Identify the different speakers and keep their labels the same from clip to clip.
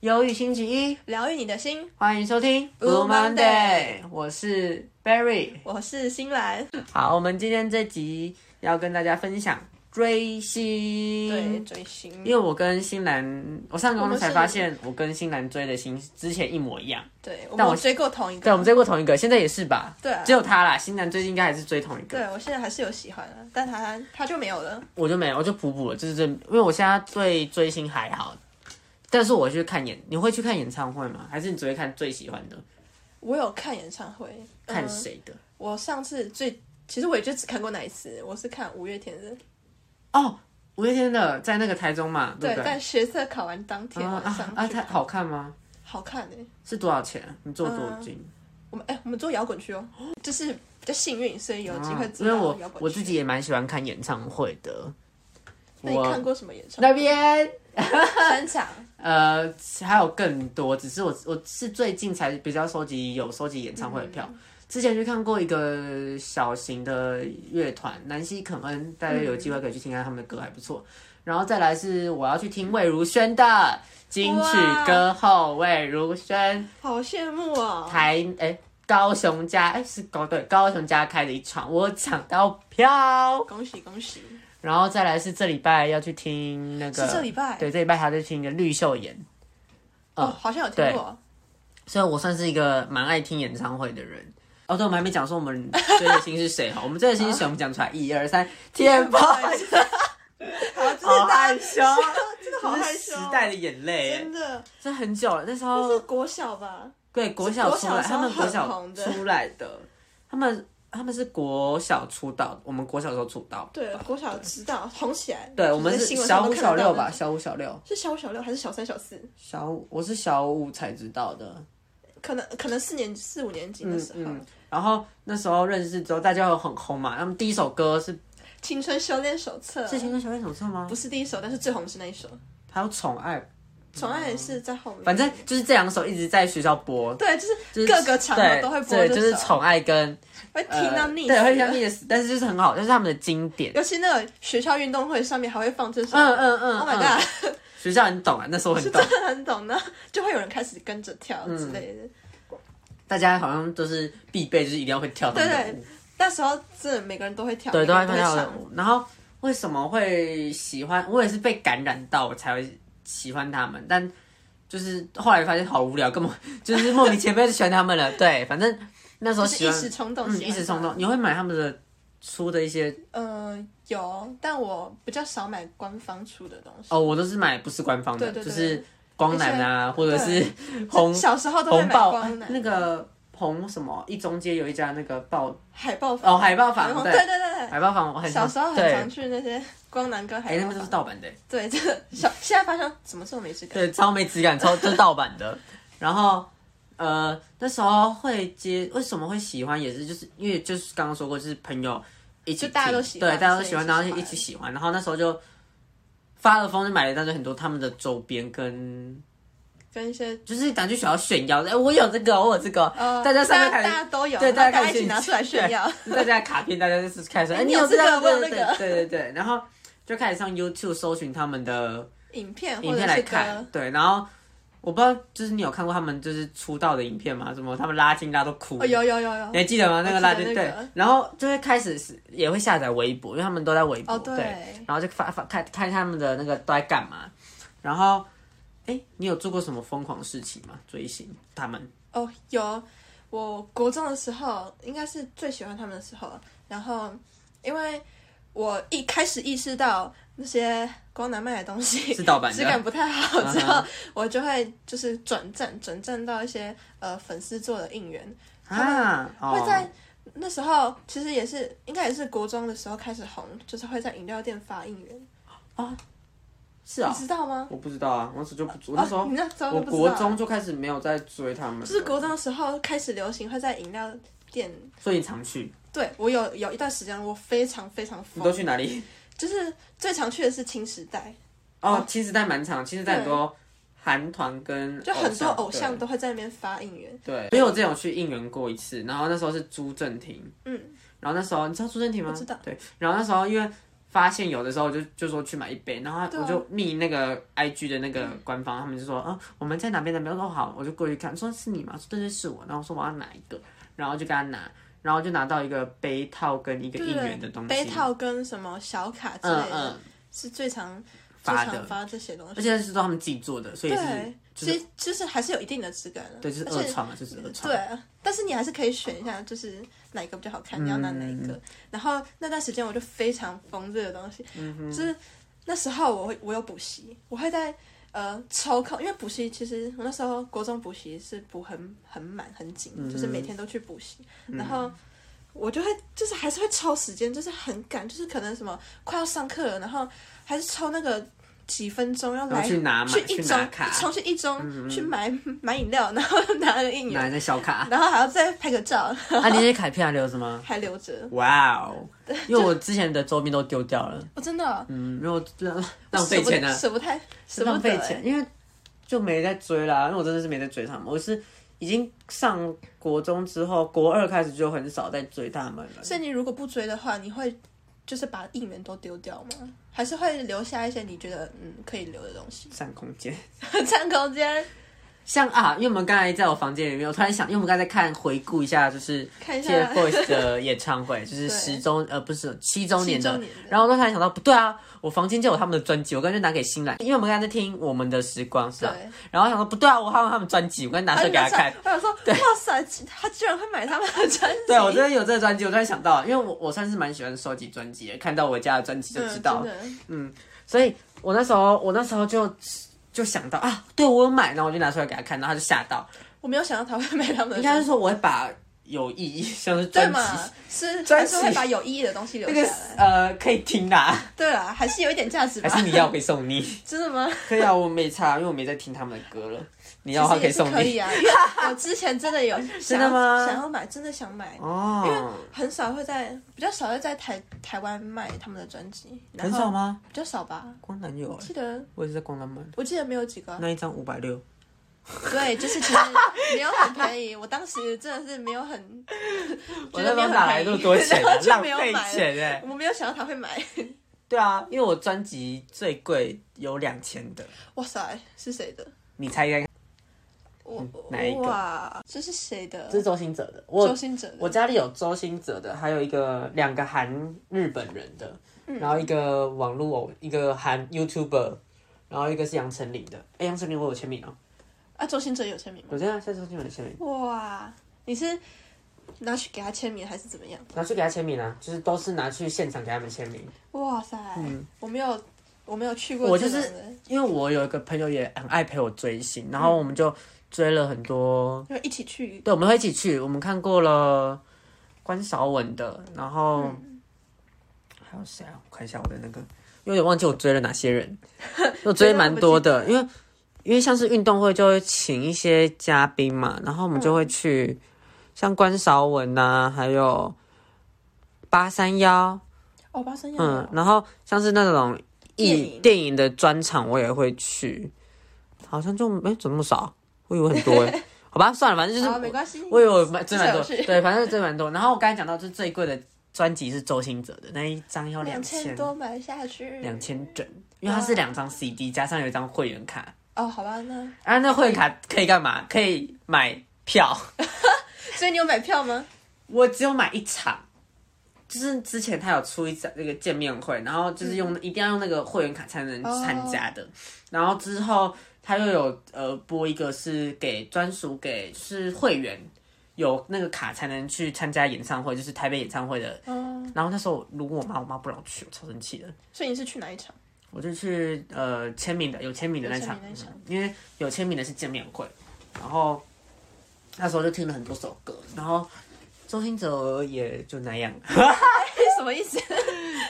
Speaker 1: 忧郁星期一，
Speaker 2: 疗愈你的心。
Speaker 1: 欢迎收听
Speaker 2: Blue Monday
Speaker 1: 我是 Barry。
Speaker 2: 我是新兰，
Speaker 1: 好，我们今天这集要跟大家分享追星。
Speaker 2: 对，追星，
Speaker 1: 因为我跟新兰，我上个
Speaker 2: 我
Speaker 1: 月
Speaker 2: 们是
Speaker 1: 才发现，我跟新兰追的星之前一模一样。
Speaker 2: 对我
Speaker 1: 但我
Speaker 2: 们追过同一个，
Speaker 1: 对，我们追过同一个，现在也是吧？
Speaker 2: 对啊
Speaker 1: 只有他啦。新兰最近应该还是追同一个，
Speaker 2: 对我现在还是有喜欢的，但他他就没有了。
Speaker 1: 我就没有，我就补补了，就是这，因为我现在对追星还好，但是我去看演，你会去看演唱会吗？还是你只会看最喜欢的？
Speaker 2: 我有看演唱会，
Speaker 1: 看
Speaker 2: 嗯
Speaker 1: 谁的？
Speaker 2: 我上次最，其实我也就只看过那一次，我是看五月天的，
Speaker 1: 哦，五月天的在那个台中嘛，对
Speaker 2: 对
Speaker 1: 不，
Speaker 2: 但学测考完当天
Speaker 1: 啊
Speaker 2: 晚
Speaker 1: 啊
Speaker 2: 上
Speaker 1: 啊！
Speaker 2: 去
Speaker 1: 它好看吗？
Speaker 2: 好看呢、欸
Speaker 1: 是多少钱？你做多少斤？
Speaker 2: 我们哎、我们做摇滚区哦，就是比较幸运，所以有机
Speaker 1: 啊
Speaker 2: 会
Speaker 1: 因
Speaker 2: 知
Speaker 1: 为
Speaker 2: 道
Speaker 1: 我
Speaker 2: 摇滚区。
Speaker 1: 我自己也蛮喜欢看演唱会的。
Speaker 2: 那你
Speaker 1: 我
Speaker 2: 看过什么演唱会？
Speaker 1: 那边
Speaker 2: 三场，
Speaker 1: 呃还有更多，只是我我是最近才比较收集有收集演唱会的票。之前去看过一个小型的乐团南希肯恩，大家有机会可以去听看他们的歌，还不错。然后再来是我要去听魏如萱的金曲歌后魏如萱。
Speaker 2: 好羡慕哦！
Speaker 1: 台哎、高雄家哎、是高对高雄家开的一场，我抢到票，
Speaker 2: 恭喜恭喜！
Speaker 1: 然后再来是这礼拜要去听那个，
Speaker 2: 是这礼拜
Speaker 1: 对这礼拜还在听一个绿秀妍，
Speaker 2: 哦，好像有听
Speaker 1: 对
Speaker 2: 过。
Speaker 1: 所以我算是一个蛮爱听演唱会的人。哦，对，我们还没讲说我们追的星是谁哈，我们追的星是谁？我们讲出来，一二三，天
Speaker 2: 不
Speaker 1: 炮，
Speaker 2: 好意思 好，真的
Speaker 1: 好害羞
Speaker 2: 真的好
Speaker 1: 这
Speaker 2: 害
Speaker 1: 是
Speaker 2: 羞
Speaker 1: 时
Speaker 2: 哦，
Speaker 1: 代的眼泪，哎
Speaker 2: 真的，
Speaker 1: 这很久了，那时
Speaker 2: 这是
Speaker 1: 候
Speaker 2: 国小吧？
Speaker 1: 对国小出来，
Speaker 2: 是国小时候
Speaker 1: 他们国
Speaker 2: 很
Speaker 1: 小
Speaker 2: 红的
Speaker 1: 出来的，他们他们是国小出道，我们国小时候出道，
Speaker 2: 对，国小知道红起来，
Speaker 1: 对，
Speaker 2: 就
Speaker 1: 我们
Speaker 2: 在
Speaker 1: 是
Speaker 2: 新闻
Speaker 1: 小
Speaker 2: 上
Speaker 1: 五
Speaker 2: 都看
Speaker 1: 小
Speaker 2: 得
Speaker 1: 六
Speaker 2: 到
Speaker 1: 吧，
Speaker 2: 的？
Speaker 1: 小五小六，
Speaker 2: 是小五小六还是小三小四？
Speaker 1: 小五我是小五才知道的。
Speaker 2: 可能可能四年四五年级的时候，
Speaker 1: 嗯，然后那时候认识之后，大家有很红嘛。他们第一首歌是《
Speaker 2: 青春修炼手册》
Speaker 1: 是青春小恋手册》吗？
Speaker 2: 不是第一首，但是最红是那一首，
Speaker 1: 还有《宠爱》，
Speaker 2: 宠爱也是在后面。
Speaker 1: 反正就是这两首一直在学校播，
Speaker 2: 对，就
Speaker 1: 就是
Speaker 2: 各个场合
Speaker 1: 对
Speaker 2: 都会播
Speaker 1: 对，
Speaker 2: 这首，
Speaker 1: 就是《宠爱》跟
Speaker 2: 会
Speaker 1: 呃
Speaker 2: 听到腻死了，
Speaker 1: 对，会听到 miss，但是就是很好，就是他们的经典。
Speaker 2: 尤其那个学校运动会上面还会放这首，
Speaker 1: 嗯嗯嗯
Speaker 2: o h my
Speaker 1: 嗯
Speaker 2: god！
Speaker 1: 学校很懂啊，那时候很懂，
Speaker 2: 真的很懂呢，就会有人开始跟着跳
Speaker 1: 嗯
Speaker 2: 之类的。
Speaker 1: 大家好像都是必备，就是一定要会跳他们的
Speaker 2: 对
Speaker 1: 舞。
Speaker 2: 那时候真的每个人都会跳，
Speaker 1: 对，都
Speaker 2: 每
Speaker 1: 爱
Speaker 2: 个
Speaker 1: 看
Speaker 2: 人
Speaker 1: 跳
Speaker 2: 会
Speaker 1: 的
Speaker 2: 唱。
Speaker 1: 舞。然后为什么会喜欢？我也是被感染到，我才会喜欢他们。但就是后来发现好无聊，根本就是莫名其妙就喜欢他们了。对，反正那时候
Speaker 2: 就是
Speaker 1: 喜
Speaker 2: 一
Speaker 1: 欢，
Speaker 2: 时冲动，
Speaker 1: 嗯，
Speaker 2: 喜欢
Speaker 1: 一时冲
Speaker 2: 上
Speaker 1: 动。。你会买他们的出的一些
Speaker 2: 嗯，有，但我比较少买官方出的东西。
Speaker 1: 哦，我都是买不是官方的，
Speaker 2: 对对
Speaker 1: 就
Speaker 2: 对
Speaker 1: 是光南啊，或者是 红
Speaker 2: 小时候都会
Speaker 1: 红
Speaker 2: 买
Speaker 1: 豹
Speaker 2: 光南
Speaker 1: 那个红什么一中街有一家那个报
Speaker 2: 海报房，
Speaker 1: 哦海报
Speaker 2: 海
Speaker 1: 房
Speaker 2: 对
Speaker 1: 对
Speaker 2: 对对
Speaker 1: 海报房，我很
Speaker 2: 对，小时候很
Speaker 1: 对
Speaker 2: 常去那些光南跟
Speaker 1: 哎
Speaker 2: 海
Speaker 1: 那
Speaker 2: 报
Speaker 1: 边都是
Speaker 2: 房。
Speaker 1: 盗版的。
Speaker 2: 对，这个小现在发现怎么这么没质感？
Speaker 1: 对，超没质感，超就是盗版的。然后呃，那时候会接，为什么会喜欢，也是就是因为就是刚刚说过，就是朋友一起
Speaker 2: 就大家都
Speaker 1: 听
Speaker 2: 喜
Speaker 1: 对，
Speaker 2: 欢
Speaker 1: 大家
Speaker 2: 所
Speaker 1: 都
Speaker 2: 以
Speaker 1: 喜欢，
Speaker 2: 一起
Speaker 1: 然后就
Speaker 2: 喜
Speaker 1: 一
Speaker 2: 欢
Speaker 1: 起喜欢，然后那时候就发了疯，就买了一大堆很多他们的周边跟。
Speaker 2: 跟一些
Speaker 1: 就是敢去学校炫耀，哎、我有这个，我有这个，
Speaker 2: 呃，
Speaker 1: 大家上面
Speaker 2: 大
Speaker 1: 开
Speaker 2: 家
Speaker 1: 始，
Speaker 2: 都有，
Speaker 1: 对
Speaker 2: 然
Speaker 1: 大家
Speaker 2: 后大家
Speaker 1: 开
Speaker 2: 一
Speaker 1: 始
Speaker 2: 起拿出来炫耀。
Speaker 1: 大家的卡片，大家就是开始，哎、
Speaker 2: 哎
Speaker 1: 你
Speaker 2: 你有
Speaker 1: 这
Speaker 2: 这
Speaker 1: 个，
Speaker 2: 个我有
Speaker 1: 对
Speaker 2: 那个
Speaker 1: 对对对，然后就开始上 YouTube 搜寻他们的
Speaker 2: 影片
Speaker 1: 影
Speaker 2: 或者
Speaker 1: 片来
Speaker 2: 是
Speaker 1: 看
Speaker 2: 歌，，
Speaker 1: 对，然后我不知道，就是你有看过他们就是出道的影片吗？什么他们拉筋拉都哭，
Speaker 2: 哦，有有有有
Speaker 1: 你，还记得吗？那个拉
Speaker 2: 我
Speaker 1: 筋
Speaker 2: 记得那
Speaker 1: 对
Speaker 2: 个，
Speaker 1: 然后就会开始是也会下载微博，因为他们都在微博，
Speaker 2: 哦
Speaker 1: 对
Speaker 2: 对，
Speaker 1: 然后就发发看看他们的那个都在干嘛，然后。哎，你有做过什么疯狂事情吗？追星他们
Speaker 2: 哦，有，我国中的时候应该是最喜欢他们的时候，然后因为我一开始意识到那些光南卖的东西
Speaker 1: 是盗版
Speaker 2: 质
Speaker 1: 的，
Speaker 2: 感不太好之
Speaker 1: 啊
Speaker 2: 后，我就会就是转战转战到一些呃粉丝做的应援，
Speaker 1: 啊，
Speaker 2: 会
Speaker 1: 哦，
Speaker 2: 在那时候其实也是应该也是国中的时候开始红，就是会在饮料店发应援，
Speaker 1: 是啊
Speaker 2: 你，知道吗？
Speaker 1: 我不知道啊，我那时候就不，我那时
Speaker 2: 嗯哦
Speaker 1: 候
Speaker 2: 你那时候
Speaker 1: 我
Speaker 2: 都不知
Speaker 1: 国
Speaker 2: 道啊
Speaker 1: 中就开始没有在追他们了，
Speaker 2: 就是国中的时候开始流行会在饮料店，
Speaker 1: 所以你常去，
Speaker 2: 对我有有一段时间我非常非常
Speaker 1: 你
Speaker 2: 疯
Speaker 1: 都。去哪里？
Speaker 2: 就是最常去的是青时代，
Speaker 1: 哦，其实在蛮长，其实在很多韩团跟
Speaker 2: 就很多偶像
Speaker 1: 对
Speaker 2: 都会在那边发应援。
Speaker 1: 对。所以我之前有去应援过一次，然后那时候是朱正廷，
Speaker 2: 嗯，
Speaker 1: 然后那时候你知道朱正廷吗？
Speaker 2: 我知道。
Speaker 1: 对，然后那时候因为发现有的时候就就说去买一杯，然后
Speaker 2: 对啊
Speaker 1: 我就密那个 IG 的那个官方，他们就说啊我们在哪边哪边，我说好，我就过去看，说是你吗？说对对是我，然后我说我要哪一个，然后就给他拿，然后就拿到一个杯套跟一个应援的东西，
Speaker 2: 杯套跟什么小卡之类
Speaker 1: 嗯
Speaker 2: 的，
Speaker 1: 嗯，
Speaker 2: 是最常最
Speaker 1: 发
Speaker 2: 常
Speaker 1: 的，
Speaker 2: 发这些东
Speaker 1: 而
Speaker 2: 西。
Speaker 1: 且是都他们自己做的，所以是
Speaker 2: 对，
Speaker 1: 就是
Speaker 2: 其实就是还是有一定的质感的，
Speaker 1: 对，就是
Speaker 2: 而
Speaker 1: 二
Speaker 2: 且
Speaker 1: 创嘛，就是二创，
Speaker 2: 对，但是你还是可以选一下，就是哪一个比较好看，你要拿哪一
Speaker 1: 嗯
Speaker 2: 个。然后那段时间我就非常疯这个东西，
Speaker 1: 嗯
Speaker 2: 就是那时候我会我有补习，我会在呃抽空，因为补习其实我那时候国中补习是补很很满很紧，
Speaker 1: 嗯
Speaker 2: 就是每天都去补习，然后。我就会就是还是会抽时间，就是很赶，就是可能什么快要上课了，然后还是抽那个几分钟要
Speaker 1: 然
Speaker 2: 来
Speaker 1: 后去拿嘛，
Speaker 2: 去一
Speaker 1: 去
Speaker 2: 中
Speaker 1: 拿卡，
Speaker 2: 冲去一中去买买饮料，然后 拿了应援，
Speaker 1: 拿那小 卡，
Speaker 2: 然后还要再拍个照，
Speaker 1: 啊，你那些卡片还留着吗？
Speaker 2: 还留着。
Speaker 1: 哇哦！因为我之前的周边都丢掉了，
Speaker 2: 哦我真的啊
Speaker 1: 嗯，因为我浪浪费钱啊，
Speaker 2: 舍不太舍不
Speaker 1: 浪
Speaker 2: 得欸
Speaker 1: 费钱，因为就没在追啦。因为我真的是没在追他们，我是已经上国中之后，国二开始就很少在追他们了。
Speaker 2: 所以你如果不追的话，你会就是把应援都丢掉吗？还是会留下一些你觉得嗯可以留的东西？
Speaker 1: 占空间，
Speaker 2: 占空间，
Speaker 1: 像啊，因为我们刚才在我房间里面，我突然想，因为我们刚才在看回顾一下，就是
Speaker 2: 看一下
Speaker 1: TFBOYS 的演唱会，就是
Speaker 2: 对
Speaker 1: 十周呃不是七周年
Speaker 2: 七周
Speaker 1: 的
Speaker 2: 年的，
Speaker 1: 然后我突然想到，不对啊，我房间就有他们的专辑，我刚才拿给新来，因为我们刚才在听我们的时光是吧？
Speaker 2: 对。啊
Speaker 1: 然后想说不对啊，我还有他们专辑，我刚才拿出来给他 看。
Speaker 2: 我想说，哇塞，他居然会买他们的专辑。
Speaker 1: 对，啊我真的有这个专辑，我突然想到，因为我我算是蛮喜欢收集专辑的，看到我家的专辑就知道，
Speaker 2: 嗯真的
Speaker 1: 所以我那时候我那时候就就想到啊，对我有买，然后我就拿出来给他看，然后他就吓到，
Speaker 2: 我没有想到他会买他们的
Speaker 1: 应该
Speaker 2: 专
Speaker 1: 是
Speaker 2: 辑。
Speaker 1: 说我会把有意义 像是
Speaker 2: 对
Speaker 1: 专辑
Speaker 2: 嘛？啊是
Speaker 1: 专
Speaker 2: 还
Speaker 1: 辑
Speaker 2: 是会把有意义的东西留
Speaker 1: 那
Speaker 2: 下
Speaker 1: 个
Speaker 2: 来。
Speaker 1: 呃可以听啦，
Speaker 2: 对啦，还是有一点价值吧
Speaker 1: 还。是你要我可以送你，
Speaker 2: 真的吗？
Speaker 1: 可以啊，我没差，因为我没在听他们的歌了，你要的话
Speaker 2: 其实也是
Speaker 1: 哦送
Speaker 2: 可以
Speaker 1: 你
Speaker 2: 啊，因为我之前 真的有
Speaker 1: 真
Speaker 2: 想
Speaker 1: 的
Speaker 2: 要
Speaker 1: 吗
Speaker 2: 想要买，真的想买，
Speaker 1: 哦，
Speaker 2: 很少会在比较少会在台台湾卖他们的专辑，然
Speaker 1: 很
Speaker 2: 后
Speaker 1: 少吗？
Speaker 2: 比较少吧。
Speaker 1: 光男友、欸，
Speaker 2: 记得
Speaker 1: 我也是在光南买的，
Speaker 2: 我记得没有几个，
Speaker 1: 那一张五百六。
Speaker 2: 对，就是其实没有很便宜。我 当时真的是没 有很，
Speaker 1: 我
Speaker 2: 觉
Speaker 1: 那时
Speaker 2: 得没有
Speaker 1: 候
Speaker 2: 很
Speaker 1: 哪来
Speaker 2: 便宜
Speaker 1: 那么多钱、啊
Speaker 2: 然后，就
Speaker 1: 浪
Speaker 2: 没有
Speaker 1: 费
Speaker 2: 买
Speaker 1: 钱哎、
Speaker 2: 我没有想到他会买。
Speaker 1: 对啊，因为我专辑最贵有两千的，
Speaker 2: 哇塞，是谁的？
Speaker 1: 你猜一下，
Speaker 2: 我
Speaker 1: 哪一个
Speaker 2: 哇，这是谁的
Speaker 1: 这？是周兴哲的。
Speaker 2: 周
Speaker 1: 我
Speaker 2: 星哲的。
Speaker 1: 我家里有周兴哲的，还有一个两个韩日本人的，然后一个网络偶，一个韩 YouTuber，然后一个是杨丞琳的。哎、杨丞琳我有签名哦、
Speaker 2: 啊，周星哲有签名吗？
Speaker 1: 我这样下次去买签名，
Speaker 2: 哇，你是拿去给他签名还是怎么样？
Speaker 1: 拿去给他签名啊，就是都是拿去现场给他们签名。
Speaker 2: 哇塞，我没有，我没有去过
Speaker 1: 嗯我
Speaker 2: 这
Speaker 1: 就是
Speaker 2: 种的，
Speaker 1: 因为我有一个朋友也很爱陪我追星，然后我们就追了很多
Speaker 2: 就一起去
Speaker 1: 对，我们会一起去。我们看过了关韶文的，然后、
Speaker 2: 嗯
Speaker 1: 还有谁啊？我看一下我的那个，因为有点忘记我追了哪些人， 我追蛮多的。
Speaker 2: 啊
Speaker 1: 因为因为像是运动会就会请一些嘉宾嘛，然后我们就会
Speaker 2: 嗯
Speaker 1: 去、像关韶文呐、还有八三幺，
Speaker 2: 哦，八三幺。
Speaker 1: 嗯，然后像是那种
Speaker 2: 电
Speaker 1: 艺
Speaker 2: 影
Speaker 1: 电影的专场，我也会去。好像就哎、怎么那么少？我以为很多哎、 好吧，算了，反正就是
Speaker 2: 好，没关系。
Speaker 1: 我有 蛮真蛮多，
Speaker 2: 至少有趣
Speaker 1: 对，反正真蛮多。然后我刚才讲到，就是最贵的专辑是周兴哲的那一张要两
Speaker 2: 两
Speaker 1: 千
Speaker 2: 千多买下去，
Speaker 1: 两千整，因为它是两张 CD 加上有一张会员卡。
Speaker 2: 哦，好吧，那
Speaker 1: 啊，那会员卡可以干嘛？可以买票。
Speaker 2: 所以你有买票吗？
Speaker 1: 我只有买一场，就是之前他有出一场那个见面会，然后就是
Speaker 2: 嗯
Speaker 1: 用、一定要用那个会员卡才能
Speaker 2: 哦
Speaker 1: 参加的。然后之后他又有呃播一个是给专属给就是会员有那个卡才能去参加演唱会，就是台北演唱会的。然后那时候如果我妈我妈不让我去，我超生气的。
Speaker 2: 哦所以你是去哪一场？
Speaker 1: 我就去呃签名的，有签名的那场
Speaker 2: 有签名，那场
Speaker 1: 嗯因为有签名的是见面会，然后那时候就听了很多首歌，然后周兴哲也就那样，
Speaker 2: 什么意思？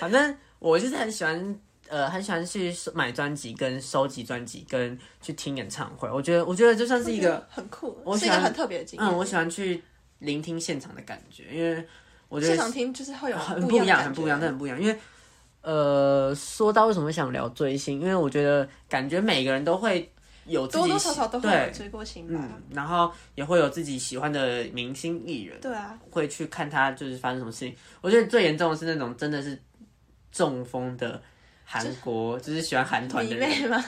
Speaker 1: 反正我就是很喜欢呃 很喜欢去买专辑、跟收集专辑、跟去听演唱会，我觉得我觉得就算是一个
Speaker 2: 很酷，
Speaker 1: 我
Speaker 2: 是一
Speaker 1: 喜
Speaker 2: 个
Speaker 1: 欢
Speaker 2: 很特别的经验。
Speaker 1: 嗯，我喜欢去聆听现场的感觉，因为我觉得
Speaker 2: 现场听就是会有
Speaker 1: 很
Speaker 2: 不
Speaker 1: 不一样，
Speaker 2: 的
Speaker 1: 很
Speaker 2: 感觉
Speaker 1: 不一样，真的很不一样。因为呃，说到为什么想聊追星，因为我觉得感觉每个人都会有自己
Speaker 2: 多多少少都会有
Speaker 1: 对，
Speaker 2: 追过星吧。
Speaker 1: 嗯，然后也会有自己喜欢的明星艺人，
Speaker 2: 对啊，
Speaker 1: 会去看他就是发生什么事情。我觉得最严重的是那种真的是中风的韩国，就是喜欢韩团
Speaker 2: 迷
Speaker 1: 的人，
Speaker 2: 妹吗？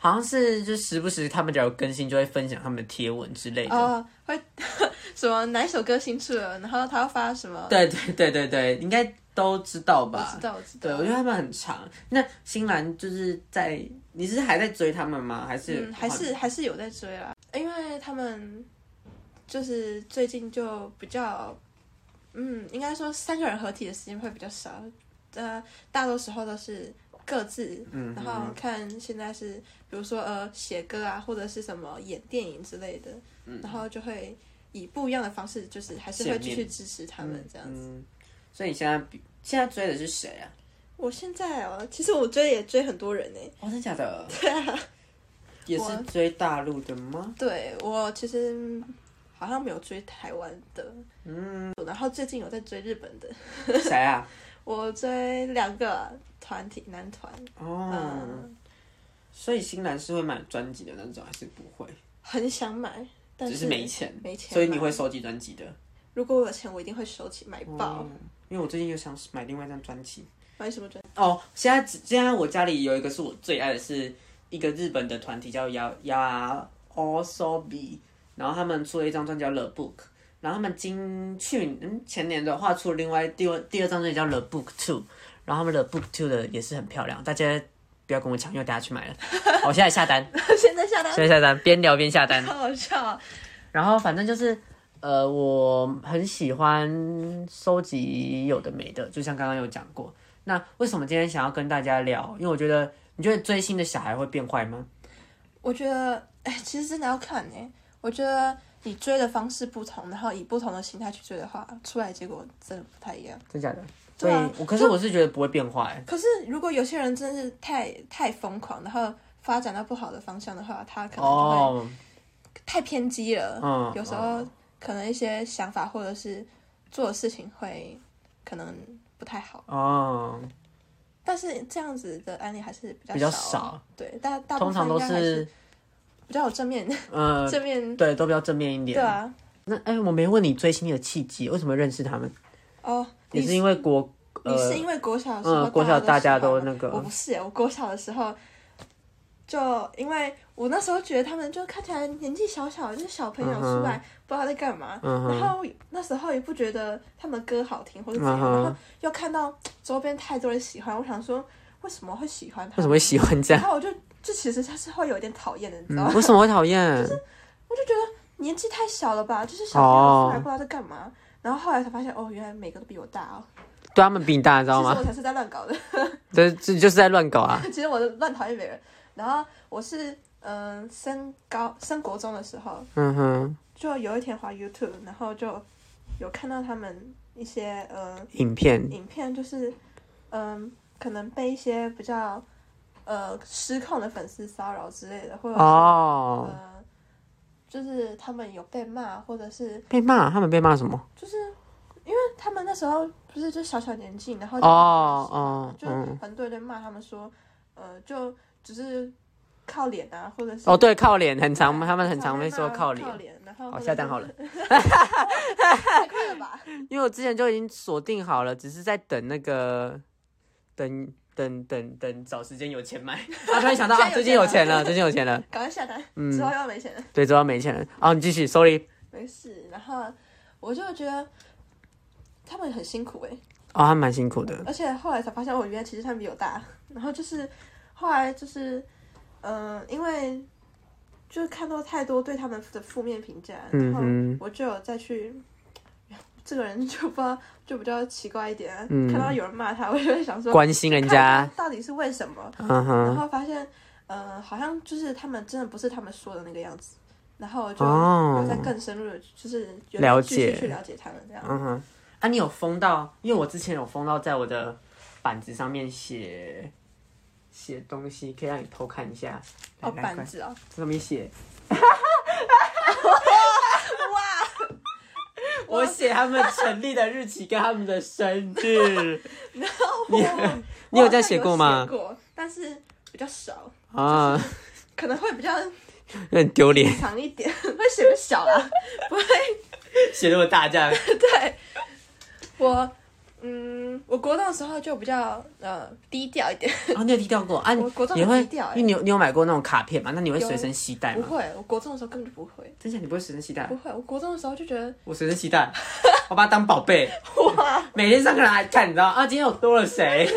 Speaker 1: 好像是就时不时他们只要有更新就会分享他们的贴文之类的。
Speaker 2: 哦，会 什么哪一首歌新出了，然后他要发什么？
Speaker 1: 对对对对对，应该都知道
Speaker 2: 我
Speaker 1: 吧
Speaker 2: 知？道，我知
Speaker 1: 对，
Speaker 2: 道
Speaker 1: 我。觉得他们很长。那新兰就是在，你是还在追他们吗？还是、
Speaker 2: 嗯，还是还是有在追啦，因为他们就是最近就比较，嗯，应该说三个人合体的时间会比较少，呃，大多时候都是各自，
Speaker 1: 嗯
Speaker 2: 然后看现在是比如说呃写歌啊，或者是什么演电影之类的，
Speaker 1: 嗯
Speaker 2: 然后就会以不一样的方式，就是还是会
Speaker 1: 见
Speaker 2: 继
Speaker 1: 面
Speaker 2: 续支持他们这样子。
Speaker 1: 嗯，所以你现在比现在追的是谁啊？
Speaker 2: 我现在哦，其实我追也追很多人欸呢、
Speaker 1: 哦，真的假的？对啊，也是
Speaker 2: 我
Speaker 1: 追大陆的 吗？
Speaker 2: 对我其实好像没有追台湾的，嗯，然后最近有在追日本的，
Speaker 1: 谁啊？
Speaker 2: 我追两个团体男团，
Speaker 1: 哦，
Speaker 2: 嗯，
Speaker 1: 所以新兰是会买专辑的那种，还是不会？
Speaker 2: 很想买，但
Speaker 1: 只是没钱，
Speaker 2: 没钱买，
Speaker 1: 所以你会收集专辑的。
Speaker 2: 如果我有钱，我一定会收起买爆
Speaker 1: 哦，，因为我最近又想买另外一张专辑。
Speaker 2: 买什么专？
Speaker 1: 哦，现在只现在我家里有一个是我最爱的，是一个日本的团体叫 Ya Ya Osobi，然后他们出了一张专辑叫《The Book》，然后他们今去嗯前年的话出了另外第二第二张专辑叫《The Book Two》，然后他们《The Book Two》的也是很漂亮，大家不要跟我抢，因为我等下去买了。我现在下单，
Speaker 2: 现在下单
Speaker 1: 现在下单，边聊边下单。
Speaker 2: 好好笑啊，
Speaker 1: 然后反正就是，呃，我很喜欢收集有的没的，就像刚刚有讲过。那为什么今天想要跟大家聊？因为我觉得，你觉得追星的小孩会变坏吗？
Speaker 2: 我觉得哎，其实真的要看哎、我觉得你追的方式不同，然后以不同的心态去追的话，出来结果真的不太一样。
Speaker 1: 真假的？所
Speaker 2: 对
Speaker 1: 以
Speaker 2: 啊，
Speaker 1: 我可是我是觉得不会变坏。
Speaker 2: 可是如果有些人真是太太疯狂，然后发展到不好的方向的话，他可能就会
Speaker 1: 哦，
Speaker 2: 太偏激了。
Speaker 1: 嗯
Speaker 2: 有时候可能一些想法或者是做的事情会可能不太好，
Speaker 1: 哦，
Speaker 2: 但是这样子的案例还是比较
Speaker 1: 比较
Speaker 2: 少。
Speaker 1: 少，
Speaker 2: 对，大大部
Speaker 1: 通
Speaker 2: 分
Speaker 1: 常都
Speaker 2: 应该还是
Speaker 1: 是，
Speaker 2: 比较有正面、
Speaker 1: 呃，
Speaker 2: 正面。
Speaker 1: 对，都比较正面一
Speaker 2: 对
Speaker 1: 点。
Speaker 2: 啊，
Speaker 1: 那哎、我没问你追星的契机，为什么认识他们？
Speaker 2: 哦，
Speaker 1: 也
Speaker 2: 你
Speaker 1: 是因为国
Speaker 2: 你是
Speaker 1: 呃
Speaker 2: 因为国小的时候，
Speaker 1: 嗯国小大家都
Speaker 2: 喜欢
Speaker 1: 那个
Speaker 2: 我不是耶，我国小的时候，就因为我那时候觉得他们就看起来年纪小小，就是小朋友
Speaker 1: 嗯哼
Speaker 2: 出来、不知道在干嘛，
Speaker 1: 嗯哼
Speaker 2: 然后那时候也不觉得他们歌好听或者怎样，
Speaker 1: 嗯哼
Speaker 2: 然后又看到周边太多人喜欢，我想说为什么会喜欢他？
Speaker 1: 为什么会喜欢这样
Speaker 2: 然？后我就就其实他是会有点讨厌的，你知道
Speaker 1: 嗯
Speaker 2: 吗？
Speaker 1: 为什么会讨 厌？
Speaker 2: 年纪太小了吧，就是小朋友
Speaker 1: 哦
Speaker 2: 出来不知道在干嘛。然后后来才发现，哦，原来每个都比我大哦，
Speaker 1: 对他们比你大，你知道
Speaker 2: 其实
Speaker 1: 吗？
Speaker 2: 我才是在乱搞的。
Speaker 1: 这这就是在乱搞啊！
Speaker 2: 其实我乱讨厌别人。然后我是嗯、升高升国中的时候，
Speaker 1: 嗯哼，
Speaker 2: 就有一天滑 YouTube，然后就有看到他们一些呃
Speaker 1: 影片
Speaker 2: 影片，就是嗯、可能被一些比较呃失控的粉丝骚扰之类的，或者是、
Speaker 1: 哦，
Speaker 2: 呃就是他们有被骂，或者是
Speaker 1: 被骂，他们被骂什么？
Speaker 2: 就是因为他们那时候不是就小小年纪，然后
Speaker 1: 哦
Speaker 2: 就
Speaker 1: 哦，
Speaker 2: 就
Speaker 1: 嗯，
Speaker 2: 很多人就骂他们说，呃，就只是靠脸啊，或者是
Speaker 1: 哦，对，靠脸很常，
Speaker 2: 对
Speaker 1: 他们很常会
Speaker 2: 被
Speaker 1: 说
Speaker 2: 骂
Speaker 1: 靠
Speaker 2: 靠
Speaker 1: 脸。
Speaker 2: 脸，然后
Speaker 1: 好，
Speaker 2: 或者
Speaker 1: 下单
Speaker 2: 是
Speaker 1: 好了，，
Speaker 2: 太 快了吧？
Speaker 1: 因为我之前就已经锁定好了，只是在等那个，等等等等找时间有钱买。 啊，突然想到啊，最
Speaker 2: 现在
Speaker 1: 近有
Speaker 2: 有
Speaker 1: 钱
Speaker 2: 钱
Speaker 1: 了，最近有钱了，
Speaker 2: 赶快下单，
Speaker 1: 嗯
Speaker 2: 之后要没钱了，
Speaker 1: 对，知道没钱了。哦，你继续，sorry。
Speaker 2: 没事。然后我就觉得他们很辛苦哎、
Speaker 1: 哦，还蛮辛苦的。
Speaker 2: 而且后来才发现，我哦原来其实他们比我大。然后就是后来就是，嗯、因为就是看到太多对他们的负面评价，然
Speaker 1: 嗯
Speaker 2: 后
Speaker 1: 哼，
Speaker 2: 我就有再去，哎这个人就不知道就比较奇怪一点啊、
Speaker 1: 嗯
Speaker 2: 看到有人骂他，我就会想说，
Speaker 1: 关心人家
Speaker 2: 看，他到底是为什么？
Speaker 1: 嗯
Speaker 2: 然
Speaker 1: 哼，
Speaker 2: 后发现，呃，好像就是他们真的不是他们说的那个样子，然后我就
Speaker 1: 哦
Speaker 2: 又再更深入的，就是有
Speaker 1: 了
Speaker 2: 继续
Speaker 1: 解
Speaker 2: 去了解他们这样。
Speaker 1: 嗯哼，啊，你有封到？因为我之前有封到在我的板子上面写写东西，可以让你偷看一下。
Speaker 2: 哦，
Speaker 1: 来
Speaker 2: 板，子哦，
Speaker 1: 这上面写，
Speaker 2: 哇，
Speaker 1: 我写他们成立的日期跟他们的生 日。你
Speaker 2: 我
Speaker 1: 你有这样写过
Speaker 2: 哦我好
Speaker 1: 吗
Speaker 2: 像？有写过，但是比较少，
Speaker 1: 啊，
Speaker 2: 可能会比较
Speaker 1: 有点丢脸，
Speaker 2: 长一点， 会写的小啦。
Speaker 1: 写那么大这样。
Speaker 2: 对，我，嗯，嗯，我国中的时候就比较呃低调一点，
Speaker 1: 哦，你有低调过啊？你
Speaker 2: 我国中
Speaker 1: 你会
Speaker 2: 很低调
Speaker 1: 因
Speaker 2: 欸
Speaker 1: 为你有你有买过那种卡片嘛？那你会随身携带
Speaker 2: 不
Speaker 1: 吗？
Speaker 2: 会，我国中的时候根本就不会，
Speaker 1: 真假？你不会随身携带
Speaker 2: 不？会，我国中的时候就觉得
Speaker 1: 我随身携 带，我把它当宝贝， 哇！每天上课拿来看，你 知道啊？今天有多了谁？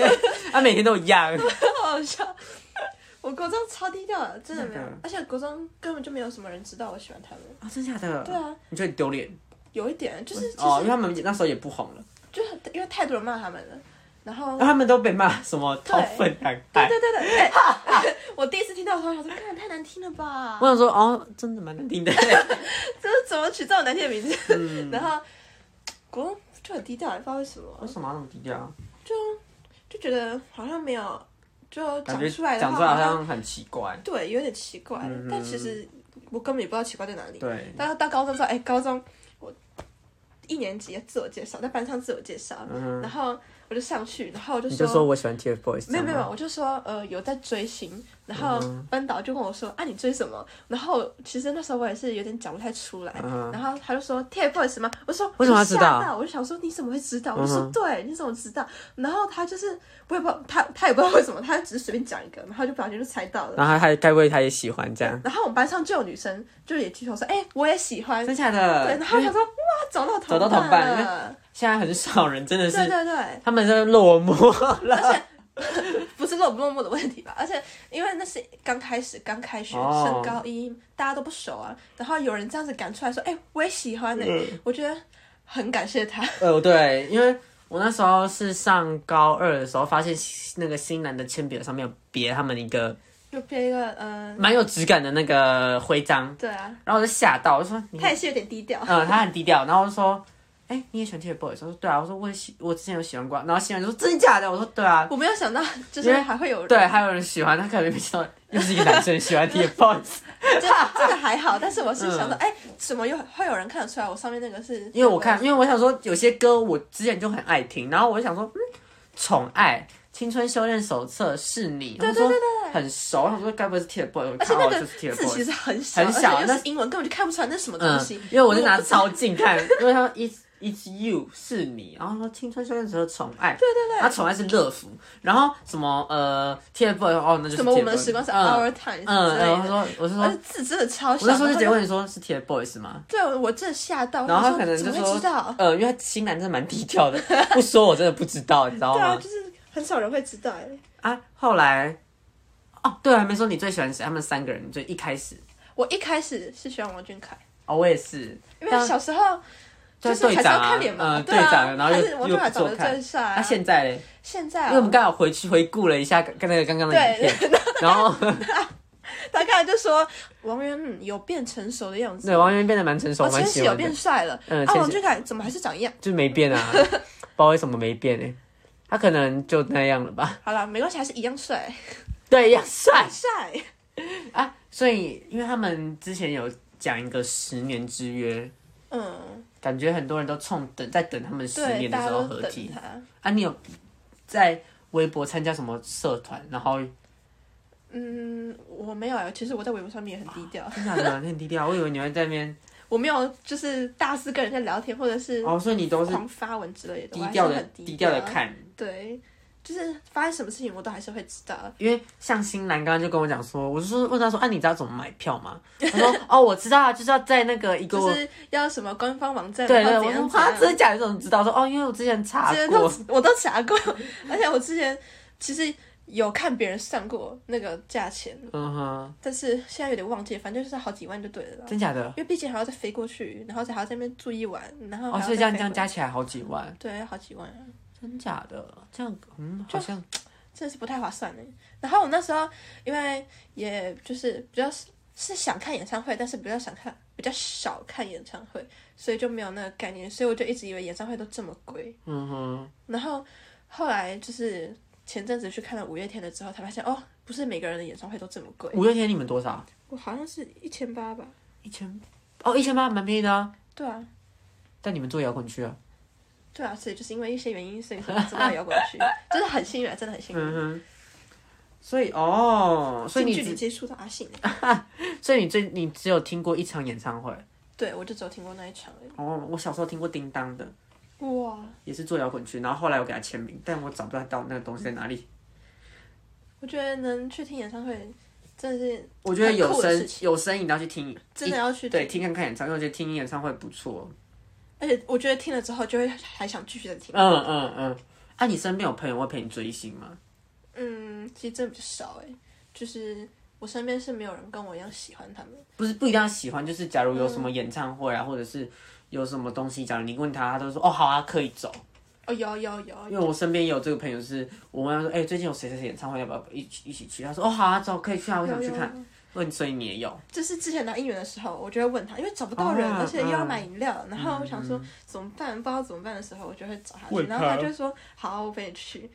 Speaker 1: 啊，每天都一样。
Speaker 2: 好笑。我国中超低调的，真的没有
Speaker 1: 真的，
Speaker 2: 而且国中根本就没有什么人知道我喜欢他们。
Speaker 1: 啊，真假的？
Speaker 2: 对啊，
Speaker 1: 你觉得很丢脸
Speaker 2: 有一点就是，其
Speaker 1: 哦？因为
Speaker 2: 实
Speaker 1: 他们那时候也不红了，
Speaker 2: 就是因为太多人骂他们了，然后
Speaker 1: 然后他们都被骂什么掏粪男孩。
Speaker 2: 哦对对对，哎 我第一次听到的时候，想说，看太难听了吧
Speaker 1: 我，想说，哦，真的蛮难 听的。
Speaker 2: 这是怎么取这么难听的名字？
Speaker 1: 嗯
Speaker 2: 然后国中就很低调，也不知道为什
Speaker 1: 为
Speaker 2: 么，
Speaker 1: 什么要那么低调？
Speaker 2: 就就觉得好像没有，就
Speaker 1: 感
Speaker 2: 讲
Speaker 1: 觉
Speaker 2: 出来的
Speaker 1: 讲
Speaker 2: 话，
Speaker 1: 出来好像很奇怪。
Speaker 2: 对，有点奇怪，
Speaker 1: 嗯
Speaker 2: 但其实我根本也不知道奇怪在哪里。
Speaker 1: 对，
Speaker 2: 但是到高中之后，哎、高中我一年级自我介绍，在班上自我介绍，然后我就上去，然后我就
Speaker 1: 嗯你
Speaker 2: 说，
Speaker 1: 就说我喜欢 TFBOYS。
Speaker 2: 没有没有没有，我就说呃有在追星，然后
Speaker 1: 嗯
Speaker 2: 班导就问我说啊你追什么？然后其实那时候我也是有点讲不太出来，
Speaker 1: 嗯
Speaker 2: 然后他就说 TFBOYS 吗？我说
Speaker 1: 为什么要知道
Speaker 2: 我就吓到我就想说你怎么会知道？我就
Speaker 1: 嗯
Speaker 2: 说
Speaker 1: 哼
Speaker 2: 对，你怎么知道？然后他就是我也不知道他他也不知道为什么，他只是随便讲一个，然后就不小心就猜到了。
Speaker 1: 然后他该不会他也喜欢这样？
Speaker 2: 然后我们班上就有女生就也举手说，哎、我也喜欢。
Speaker 1: 真
Speaker 2: 对，
Speaker 1: 假的？
Speaker 2: 然后我想说，哇，找到
Speaker 1: 呃找到同伴因
Speaker 2: 了，
Speaker 1: 现在很少人真的
Speaker 2: 对
Speaker 1: 是，
Speaker 2: 对对，
Speaker 1: 他们真的落寞了。
Speaker 2: 不是落不落寞的问题吧？而且因为那是刚开始，刚开学，
Speaker 1: 哦
Speaker 2: 升高一，大家都不熟啊。然后有人这样子赶出来说，哎、我也喜欢呢、
Speaker 1: 嗯
Speaker 2: 我觉得很感谢他。
Speaker 1: 呃，对，因为我那时候是上高二的时候，发现那个新兰的铅笔盒上面有别他们一个
Speaker 2: 就变一个，嗯、
Speaker 1: 蛮有质感的那个徽章，
Speaker 2: 对啊，
Speaker 1: 然后我就吓到，我就说你
Speaker 2: 他也是有点低调。
Speaker 1: 嗯嗯，他很低调，然后我就说，哎、你也喜欢 TFBOYS？我说对啊，我说我也喜，我之前有喜欢过啊，然后新人就说真的假的？我说对啊，
Speaker 2: 我没有想到，就
Speaker 1: 因
Speaker 2: 是
Speaker 1: 为
Speaker 2: 还会有人，
Speaker 1: 对，还有人喜欢，他可能没想到又是一个男生喜欢 TFBOYS，
Speaker 2: 这这个还好，但是我是想到，哎、怎么有会有人看得出来我上面那个是？
Speaker 1: 嗯因为我
Speaker 2: 嗯
Speaker 1: 看，因为我想说有些歌我之前就很爱听，然后我就想说，嗯，宠爱。青春修炼手册是你，对
Speaker 2: 对对
Speaker 1: 很熟，我想说该不会是 TFBOYS？我
Speaker 2: 而且
Speaker 1: 看到的
Speaker 2: 那
Speaker 1: 哦就
Speaker 2: 个
Speaker 1: 是
Speaker 2: 字
Speaker 1: TFBOYS
Speaker 2: 其。实很小，
Speaker 1: 很小
Speaker 2: 而且
Speaker 1: 那
Speaker 2: 又是英文，根本就看不出来那是什么东
Speaker 1: 嗯
Speaker 2: 西。，
Speaker 1: 因为我是拿超近看，因为他说 it's it's you 是你，然后说青春修炼时的宠爱，对对对，他宠爱是乐福，然后什么呃 TFBOYS 哦，那就是
Speaker 2: 什么我们的
Speaker 1: TFBOYS
Speaker 2: 时光是
Speaker 1: 嗯
Speaker 2: our time
Speaker 1: 嗯，然后
Speaker 2: 之类
Speaker 1: 他
Speaker 2: 的，
Speaker 1: 说我是说，
Speaker 2: 而且字真的超小。
Speaker 1: 我那时候就直接
Speaker 2: 然后
Speaker 1: 问你说是 TFBOYS 吗？
Speaker 2: 对我真的吓到，
Speaker 1: 然后
Speaker 2: 我
Speaker 1: 他可能就
Speaker 2: 哦怎么会
Speaker 1: 说
Speaker 2: 知道，？
Speaker 1: 呃，因为他新男真的蛮低调的， 不说我真的不知道，你知道
Speaker 2: 对
Speaker 1: 吗？
Speaker 2: 啊，就是很少人会知道哎。
Speaker 1: 啊，后来，哦，对，还没说你最喜欢谁？他们三个人，就一开始，
Speaker 2: 我一开始是喜欢王俊凯，
Speaker 1: 哦，我也是，
Speaker 2: 因为
Speaker 1: 但
Speaker 2: 小时候
Speaker 1: 就
Speaker 2: 就是是还
Speaker 1: 队
Speaker 2: 是要
Speaker 1: 长啊
Speaker 2: 看脸嘛，
Speaker 1: 嗯
Speaker 2: 对啊
Speaker 1: 队长然后
Speaker 2: 还
Speaker 1: 又
Speaker 2: 是王俊凯长
Speaker 1: 又不
Speaker 2: 得
Speaker 1: 错看
Speaker 2: 最帅
Speaker 1: 那
Speaker 2: 啊。
Speaker 1: 现在嘞？
Speaker 2: 现在
Speaker 1: 因为我
Speaker 2: 啊
Speaker 1: 们刚好回去回顾了一下刚那个刚刚的影片， 然后
Speaker 2: 他刚才就说王源嗯有变成熟的样子，
Speaker 1: 对王源变得蛮成熟，
Speaker 2: 哦，
Speaker 1: 蛮
Speaker 2: 千
Speaker 1: 喜
Speaker 2: 玺有
Speaker 1: 欢的
Speaker 2: 变，帅了，
Speaker 1: 嗯
Speaker 2: 啊，
Speaker 1: 千玺
Speaker 2: 王俊凯怎么还是长一样？
Speaker 1: 就没变啊，不 知道为什么没变哎，他可能就那样了吧，
Speaker 2: 好了，没关系，还是一样帅，
Speaker 1: 对，一样帅
Speaker 2: 帅。
Speaker 1: 啊，所以因为他们之前有讲一个十年之约，
Speaker 2: 嗯，
Speaker 1: 感觉很多人都冲等在等他们十
Speaker 2: 对，
Speaker 1: 年的
Speaker 2: 大家
Speaker 1: 时候
Speaker 2: 都
Speaker 1: 合
Speaker 2: 等
Speaker 1: 体
Speaker 2: 他。
Speaker 1: 啊，你有在微博参加什么社团？然后
Speaker 2: 嗯，我没有啊，其实我在微博上面也很低调，
Speaker 1: 真的假的你很低调，我以为你会在那 边
Speaker 2: 我没有就是大肆跟人家聊天，或者是
Speaker 1: 哦，所以你都是
Speaker 2: 狂发文之类的，
Speaker 1: 低
Speaker 2: 我还是
Speaker 1: 调的
Speaker 2: 很
Speaker 1: 低
Speaker 2: 调
Speaker 1: 调的。看。
Speaker 2: 对，就是发生什么事情我都还是会知道。
Speaker 1: 因为像新兰刚刚就跟我讲说，我就说问他说，啊，你知道怎么买票吗？ 他说，哦，我知道啊，就是要在那个一个，
Speaker 2: 就是要什么官方网站，
Speaker 1: 对对，
Speaker 2: 然后
Speaker 1: 我
Speaker 2: 怎
Speaker 1: 说他
Speaker 2: 样怎
Speaker 1: 真
Speaker 2: 样
Speaker 1: 的假的？你怎么知道？说哦，因为我之前查
Speaker 2: 之前
Speaker 1: 过，
Speaker 2: 都我都查过， 而且我之前其实有看别人算过那个价钱，
Speaker 1: 嗯啊哼，
Speaker 2: 但是现在有点忘记，反正就是好几万就对了啦。
Speaker 1: 真假的？
Speaker 2: 因为毕竟还要再飞过去，然后再还要在那边住一晚，然后还
Speaker 1: 哦，
Speaker 2: 要
Speaker 1: 所以
Speaker 2: 再
Speaker 1: 这样
Speaker 2: 飞
Speaker 1: 这样
Speaker 2: 回
Speaker 1: 加起来好几万，
Speaker 2: 对，好几万啊。
Speaker 1: 真假的？这样嗯，好像
Speaker 2: 真的是不太划算呢。然后我那时候因为也就是比较是是想看演唱会，但是比较想看比较少看演唱会，所以就没有那个概念，所以我就一直以为演唱会都这么贵。
Speaker 1: 嗯哼，
Speaker 2: 然后后来就是前阵子去看了五月天的之后，才发现哦，不是每个人的演唱会都这么贵。
Speaker 1: 五月天你们多少？
Speaker 2: 我好像是一千八吧？
Speaker 1: 一千哦，一千八蛮便宜的啊，
Speaker 2: 对啊，
Speaker 1: 但你们做摇滚区啊，
Speaker 2: 对啊，所以就是因为一些原因，所以才知道摇滚区，真的很幸运啊，真的很幸运。
Speaker 1: 嗯哼，所以哦，所以
Speaker 2: 近
Speaker 1: 你
Speaker 2: 距离
Speaker 1: 只
Speaker 2: 接触到阿信欸，
Speaker 1: 所以你最你只有听过一场演唱会
Speaker 2: 对我就只有听过那一场而已。
Speaker 1: 哦，我小时候听过叮当的。
Speaker 2: 哇，
Speaker 1: 也是做摇滚区，然后后来我给他签名，但我找不到那个东西在哪里。
Speaker 2: 我觉得能去听演唱会真的是
Speaker 1: 我觉得有
Speaker 2: 很酷的
Speaker 1: 声
Speaker 2: 事情
Speaker 1: 有声音，你要去听，
Speaker 2: 真的要去
Speaker 1: 对，听
Speaker 2: 听，
Speaker 1: 看看演唱会，我觉得听演唱会不错。
Speaker 2: 而且我觉得听了之后就会还想继续的听。
Speaker 1: 嗯嗯嗯。啊，你身边有朋友会陪你追星吗？
Speaker 2: 嗯，其实真的比较少哎，就是我身边是没有人跟我一样喜欢他们。
Speaker 1: 不是不一定要喜欢，就是假如有什么演唱会啊，或者是有什么东西，假如你问他，他都说哦好啊，可以走。
Speaker 2: 哦，有有有，
Speaker 1: 因为我身边有这个朋友是，我问他说，哎、最近有谁谁谁演唱会，要不要一起一起去？他说哦好啊，走，可以去啊，我想去看。问，所以你也有？
Speaker 2: 就是之前拿应援的时候，我就会问他，因为找不到人，
Speaker 1: 啊
Speaker 2: 而且又要
Speaker 1: 嗯
Speaker 2: 买饮料，然后我想说怎么办，不知道怎么办的时候，我就会找他去，然后他就会说好，我陪你去。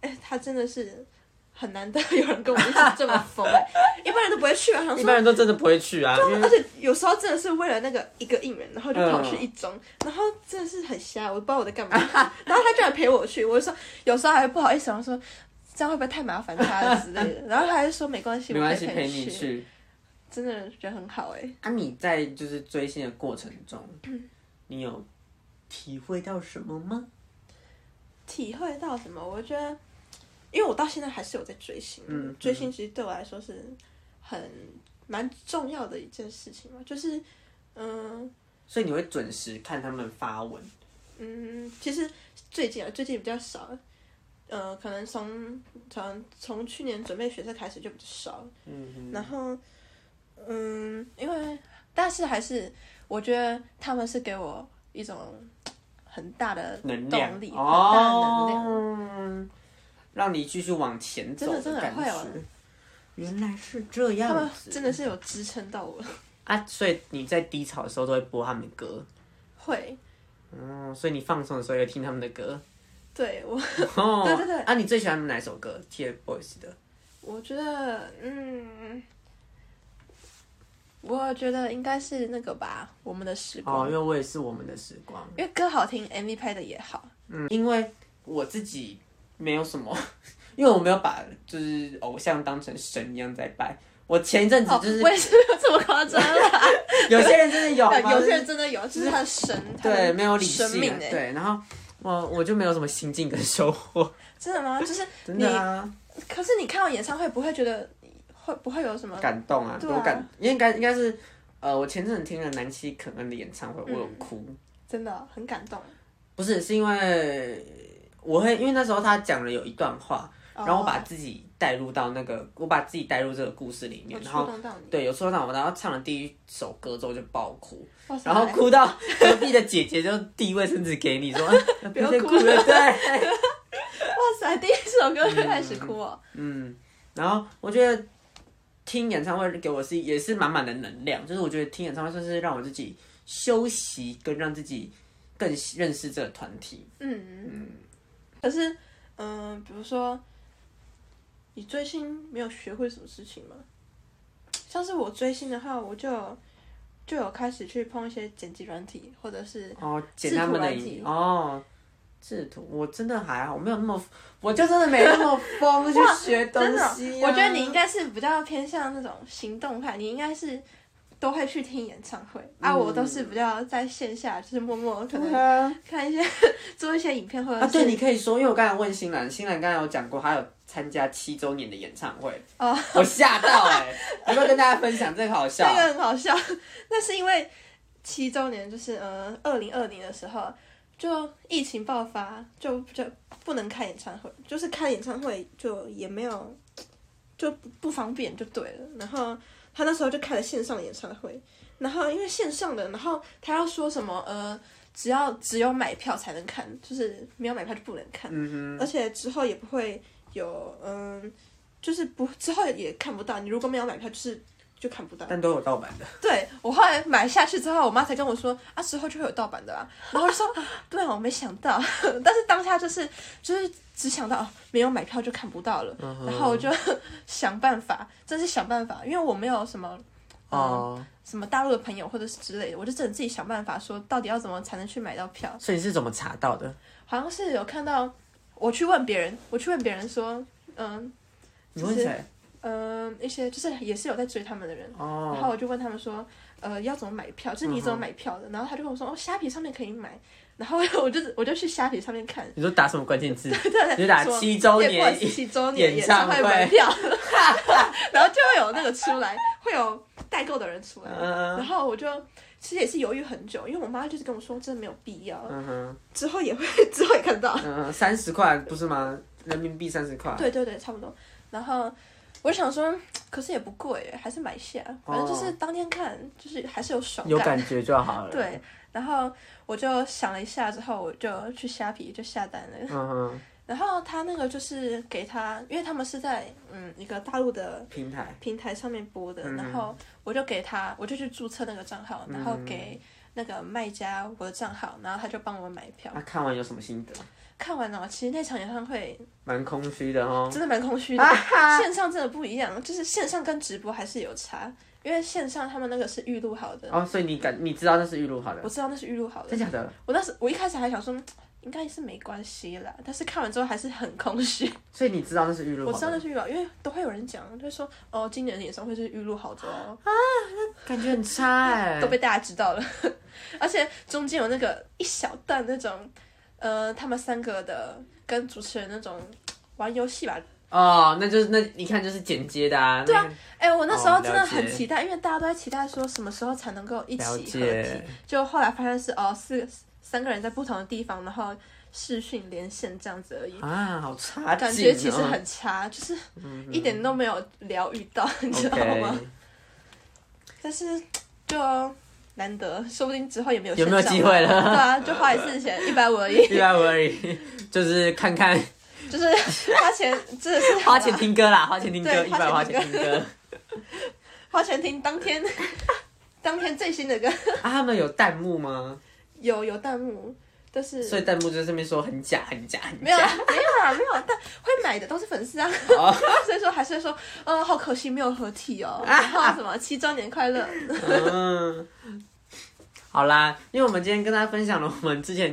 Speaker 2: 哎，他真的是很难得有人跟我一起这么疯， 哎一般人都不会去啊。想
Speaker 1: 一
Speaker 2: 说，
Speaker 1: 般人都真的不会去啊，因为
Speaker 2: 而 且有时候真的是为了那个一个应援，然后就跑去
Speaker 1: 嗯
Speaker 2: 一中，然后真的是很瞎，我不知道我在干嘛。然后他居然陪我去，我就说有时候还会不好意思，我说这样会不会太麻烦他了之类的。然后他还说没关系，
Speaker 1: 没
Speaker 2: 我
Speaker 1: 关
Speaker 2: 会
Speaker 1: 系，陪你去。
Speaker 2: 真的觉得很好哎、
Speaker 1: 啊，你在就是追星的过程中，
Speaker 2: 嗯
Speaker 1: 你有体会到什么吗？
Speaker 2: 体会到什么？我觉得，因为我到现在还是有在追星，
Speaker 1: 嗯
Speaker 2: 追星其实对我来说是很蛮重要的一件事情嘛，就是嗯
Speaker 1: 所以你会准时看他们发文，
Speaker 2: 嗯，其实最近啊，最近比较少了。呃，可能从从从去年准备学测开始就比较少了，
Speaker 1: 嗯，
Speaker 2: 然后，嗯，因为但是还是我觉得他们是给我一种很大的
Speaker 1: 能量
Speaker 2: 动力，很大的能量，
Speaker 1: 哦，让你继续往前走
Speaker 2: 真的
Speaker 1: 感
Speaker 2: 真的会有
Speaker 1: 觉。原来是这
Speaker 2: 他
Speaker 1: 样
Speaker 2: 们
Speaker 1: 子，
Speaker 2: 真的是有支撑到我。
Speaker 1: 啊！所以你在低潮的时候都会播他们的歌，
Speaker 2: 会，
Speaker 1: 嗯，所以你放松的时候也听他们的 歌。
Speaker 2: 对我，
Speaker 1: 哦，
Speaker 2: 对对对
Speaker 1: 啊，你最喜欢哪首歌？TFBOYS 的，
Speaker 2: 我觉得，嗯，我觉得应该是那个吧，我们的时
Speaker 1: 哦，
Speaker 2: 光，
Speaker 1: 因为我也是我们的时光。
Speaker 2: 因为歌好听，MV 拍的也好。
Speaker 1: 嗯，因为我自己没有什么， 因为我没有把就是偶像当成神一样在拜。我前一阵子
Speaker 2: 哦
Speaker 1: 就是，
Speaker 2: 我也是没有这么夸张啦，
Speaker 1: 有些人真的 有吗，
Speaker 2: 有些人真的有，就是他的神，他的
Speaker 1: 对没有理性
Speaker 2: 生命
Speaker 1: 啊，
Speaker 2: 哎、
Speaker 1: 对，然后我我就没有什么心境跟收 获，
Speaker 2: 真的吗？就是
Speaker 1: 真的啊，
Speaker 2: 可是你看完演唱会不会觉得会不会有什么？
Speaker 1: 感动啊，
Speaker 2: 对啊
Speaker 1: 多感，应该应该是呃，我前阵子听了南希肯恩的演唱会，我有哭，
Speaker 2: 真的很感动。
Speaker 1: 不是是因为我会因为那时候他讲了有一段话，
Speaker 2: 哦
Speaker 1: 然后我把自己带入到那个，我把自己带入这个故事里面
Speaker 2: 有，
Speaker 1: 然后。
Speaker 2: 触动到你，
Speaker 1: 对，有说到我，然后唱了第一首歌之后就爆哭，
Speaker 2: 哇塞
Speaker 1: 然后哭到隔壁的姐姐就递卫生纸给你说，啊
Speaker 2: 不要
Speaker 1: 再
Speaker 2: 哭
Speaker 1: 哭了， 对，
Speaker 2: 哇塞，第一首歌就开始哭哦，
Speaker 1: 嗯，然后我觉得听演唱会给我是也是满满的能量，就是我觉得听演唱会算是让我自己休息，跟让自己更认识这个团体。
Speaker 2: 嗯可是，嗯、比如说，你追星没有学会什么事情吗？像是我追星的话，我就有就有开始去碰一些剪辑软体，或者是
Speaker 1: 哦，剪他们的
Speaker 2: 制图
Speaker 1: 影
Speaker 2: 软体
Speaker 1: 片哦。制图，我真的还好，我没有那么，我就真的没那么 疯去学东
Speaker 2: 真的，
Speaker 1: 西啊、
Speaker 2: 我觉得你应该是比较偏向那种行动派，你应该是都会去听演唱会、啊，
Speaker 1: 嗯
Speaker 2: 我都是比较在线下，就是默默可
Speaker 1: 对
Speaker 2: 能
Speaker 1: 啊。
Speaker 2: 看一些 做一些影片或者是、
Speaker 1: 啊，对，你可以说，因为我刚才问新兰，新兰刚才有讲过，她有参加七周年的演唱会，
Speaker 2: 哦
Speaker 1: 我吓到哎、要不要跟大家分享？这个好笑
Speaker 2: 这，个很好笑。 那是因为七周年，就是呃，二零二零的时候，就疫情爆发，就就不能开演唱会，就是开演唱会就也没有，就不不方便就对了。然后他那时候就开了线上演唱会，然后因为线上的，然后他要说什么呃。只要只有买票才能看，就是没有买票就不能看，
Speaker 1: 嗯
Speaker 2: 而且之后也不会有嗯，就是不之后也看不到。你如果没有买票，就是就看不到
Speaker 1: 哼，。但都有盗版的，
Speaker 2: 对我后来买下去之后，我妈才跟我说啊，之后就会有盗版的啦。然后我就说啊对啊，我没想到， 但是当下就是就是只想到哦，没有买票就看不到了。然后我就想办法，真是想办法，因为我没有什么
Speaker 1: 哦、
Speaker 2: 什么大陆的朋友或者是之类的，我就只能自己想办法说到底要怎么才能去买到票。
Speaker 1: 所以你是怎么查到的？
Speaker 2: 好像是有看到我去问别人，我去问别人说，嗯
Speaker 1: 你问谁？
Speaker 2: 嗯、一些就是也是有在追他们的人，然
Speaker 1: 哦，嗯
Speaker 2: 后我就问他们说，呃要怎么买票，就是你怎么买票的。然后他就跟我说，哦，虾皮上面可以买。然后我就我就去虾皮上面看，
Speaker 1: 你说打什么关键字？
Speaker 2: 对，
Speaker 1: 你就打
Speaker 2: 说
Speaker 1: 七周
Speaker 2: 叶
Speaker 1: 年
Speaker 2: 冠希七周
Speaker 1: 演
Speaker 2: 年演
Speaker 1: 唱
Speaker 2: 唱会
Speaker 1: 会
Speaker 2: 门票， 然后就会有那个出来，会有代购的人出来。
Speaker 1: 嗯
Speaker 2: 然后我就其实也是犹豫很久，因为我妈就是跟我说，真的没有必要，
Speaker 1: 嗯哼，
Speaker 2: 之后也会 之后也看到。
Speaker 1: 嗯，三十块不是吗？人民币三十块，
Speaker 2: 对对对，差不多。然后我就想说，可是也不贵耶，还是买下。反正就是当天看，就是还是有爽
Speaker 1: 哦有感觉就好了。
Speaker 2: 对，，然后我就想了一下之后，我就去虾皮就下单了。
Speaker 1: 嗯 哼，
Speaker 2: 然后他那个就是给他，因为他们是在嗯一个大陆的
Speaker 1: 平台，
Speaker 2: 平台上面播的，
Speaker 1: 嗯
Speaker 2: 然后我就给他，我就去注册那个账号，然后
Speaker 1: 嗯
Speaker 2: 给那个卖家我的账号，然后他就帮我买票。
Speaker 1: 那、看完有什么心得？
Speaker 2: 看完了，其实那场演唱会
Speaker 1: 蛮空虚的哦。
Speaker 2: 真的蛮空虚的，线上真的不一样，就是线上跟直播还是有差，因为线上他们那个是预录好的，
Speaker 1: 哦，所以你感你知道那是预录好的，
Speaker 2: 我知道那是预录好的，
Speaker 1: 真假的？
Speaker 2: 我当时我一开始还想说嗯应该是没关系啦，但是看完之后还是很空虚。
Speaker 1: 所以你知道那是预录
Speaker 2: 我
Speaker 1: 好
Speaker 2: 知
Speaker 1: 的
Speaker 2: 道，那是预录，因为都会有人讲，就说哦，今年的演唱会是预录好的哦，
Speaker 1: 感觉很差哎、
Speaker 2: 都被大家知道了。 而且中间有那个一小段那种，呃，他们三个的跟主持人那种玩游戏吧。
Speaker 1: 哦，那就是那一看就是剪接的啊。对啊，
Speaker 2: 哎、我那时
Speaker 1: 哦
Speaker 2: 候真的很
Speaker 1: 了解
Speaker 2: 期待，因为大家都在期待说什么时候才能够一起
Speaker 1: 了
Speaker 2: 合
Speaker 1: 解
Speaker 2: 体， 就后来发现是哦，四三个人在不同的地方，然后视讯连线这样子而已。
Speaker 1: 啊，好差劲、哦，
Speaker 2: 感觉其实很差，就是一点都没有疗愈到， 你知道
Speaker 1: OK
Speaker 2: 吗？但是就难得，说不定之后也没有
Speaker 1: 有没有
Speaker 2: 线上
Speaker 1: 机会了
Speaker 2: 对啊，就花一次钱一百五而 已，
Speaker 1: 一百五而已，就是看 看
Speaker 2: 就是花钱真的是
Speaker 1: 花钱听歌啦，花钱听歌，
Speaker 2: 对
Speaker 1: 一百花
Speaker 2: 花
Speaker 1: 钱听
Speaker 2: 钱听
Speaker 1: 歌。
Speaker 2: 花钱听当天当天最新的歌
Speaker 1: 啊，他们有弹幕吗？
Speaker 2: 有有弹幕，但是
Speaker 1: 所以弹幕就在上面说很假，很假，很
Speaker 2: 没有啊
Speaker 1: 假。哦
Speaker 2: 没有啊没有啊，但会买的都是粉丝啊， 所以说还是会说，嗯、好可惜没有合体哦，
Speaker 1: 啊
Speaker 2: 然后什么七周年快乐，
Speaker 1: 嗯，好啦，因为我们今天跟大家分享了我们之前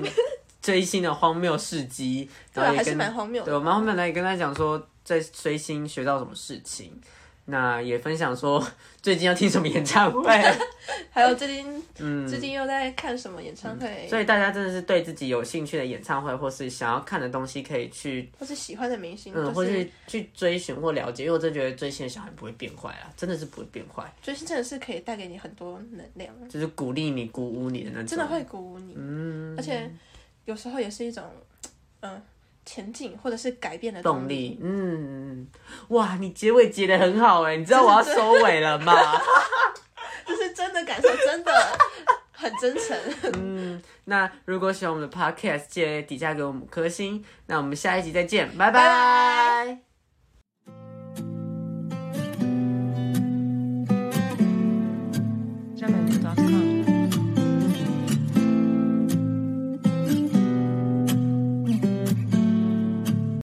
Speaker 1: 追星的荒谬事迹，
Speaker 2: 对
Speaker 1: 然
Speaker 2: 啊，
Speaker 1: 后也
Speaker 2: 还是
Speaker 1: 跟
Speaker 2: 蛮荒谬
Speaker 1: 对
Speaker 2: 的。
Speaker 1: 我们后面来也跟他讲说在追星学到什么事情，那也分享说最近要听什么演唱会。
Speaker 2: 还有最近
Speaker 1: 嗯，
Speaker 2: 最近又在看什么演唱 会，
Speaker 1: 所以大家真的是对自己有兴趣的演唱会或是想要看的东西，可以去
Speaker 2: 或是喜欢的明星，
Speaker 1: 嗯，
Speaker 2: 就
Speaker 1: 或
Speaker 2: 是
Speaker 1: 是去追寻或了解，因为我真的觉得追星的小孩不会变坏啦，真的是不会变坏，
Speaker 2: 追星真的是可以带给你很多能量，
Speaker 1: 就是鼓励你、鼓舞你的那种。
Speaker 2: 真的会鼓舞你，
Speaker 1: 嗯，
Speaker 2: 而且有时候也是一种嗯、前进或者是改变的
Speaker 1: 动
Speaker 2: 力。
Speaker 1: 力，嗯，哇，你结尾结得很好哎、你知道我要收尾了吗？
Speaker 2: 这是真的感受，真的很真诚。
Speaker 1: 那如果喜欢我们的 podcast，记得底下给我们五颗星。那我们下一集再见，拜
Speaker 2: 拜
Speaker 1: 拜
Speaker 2: 拜。
Speaker 3: gmail.com.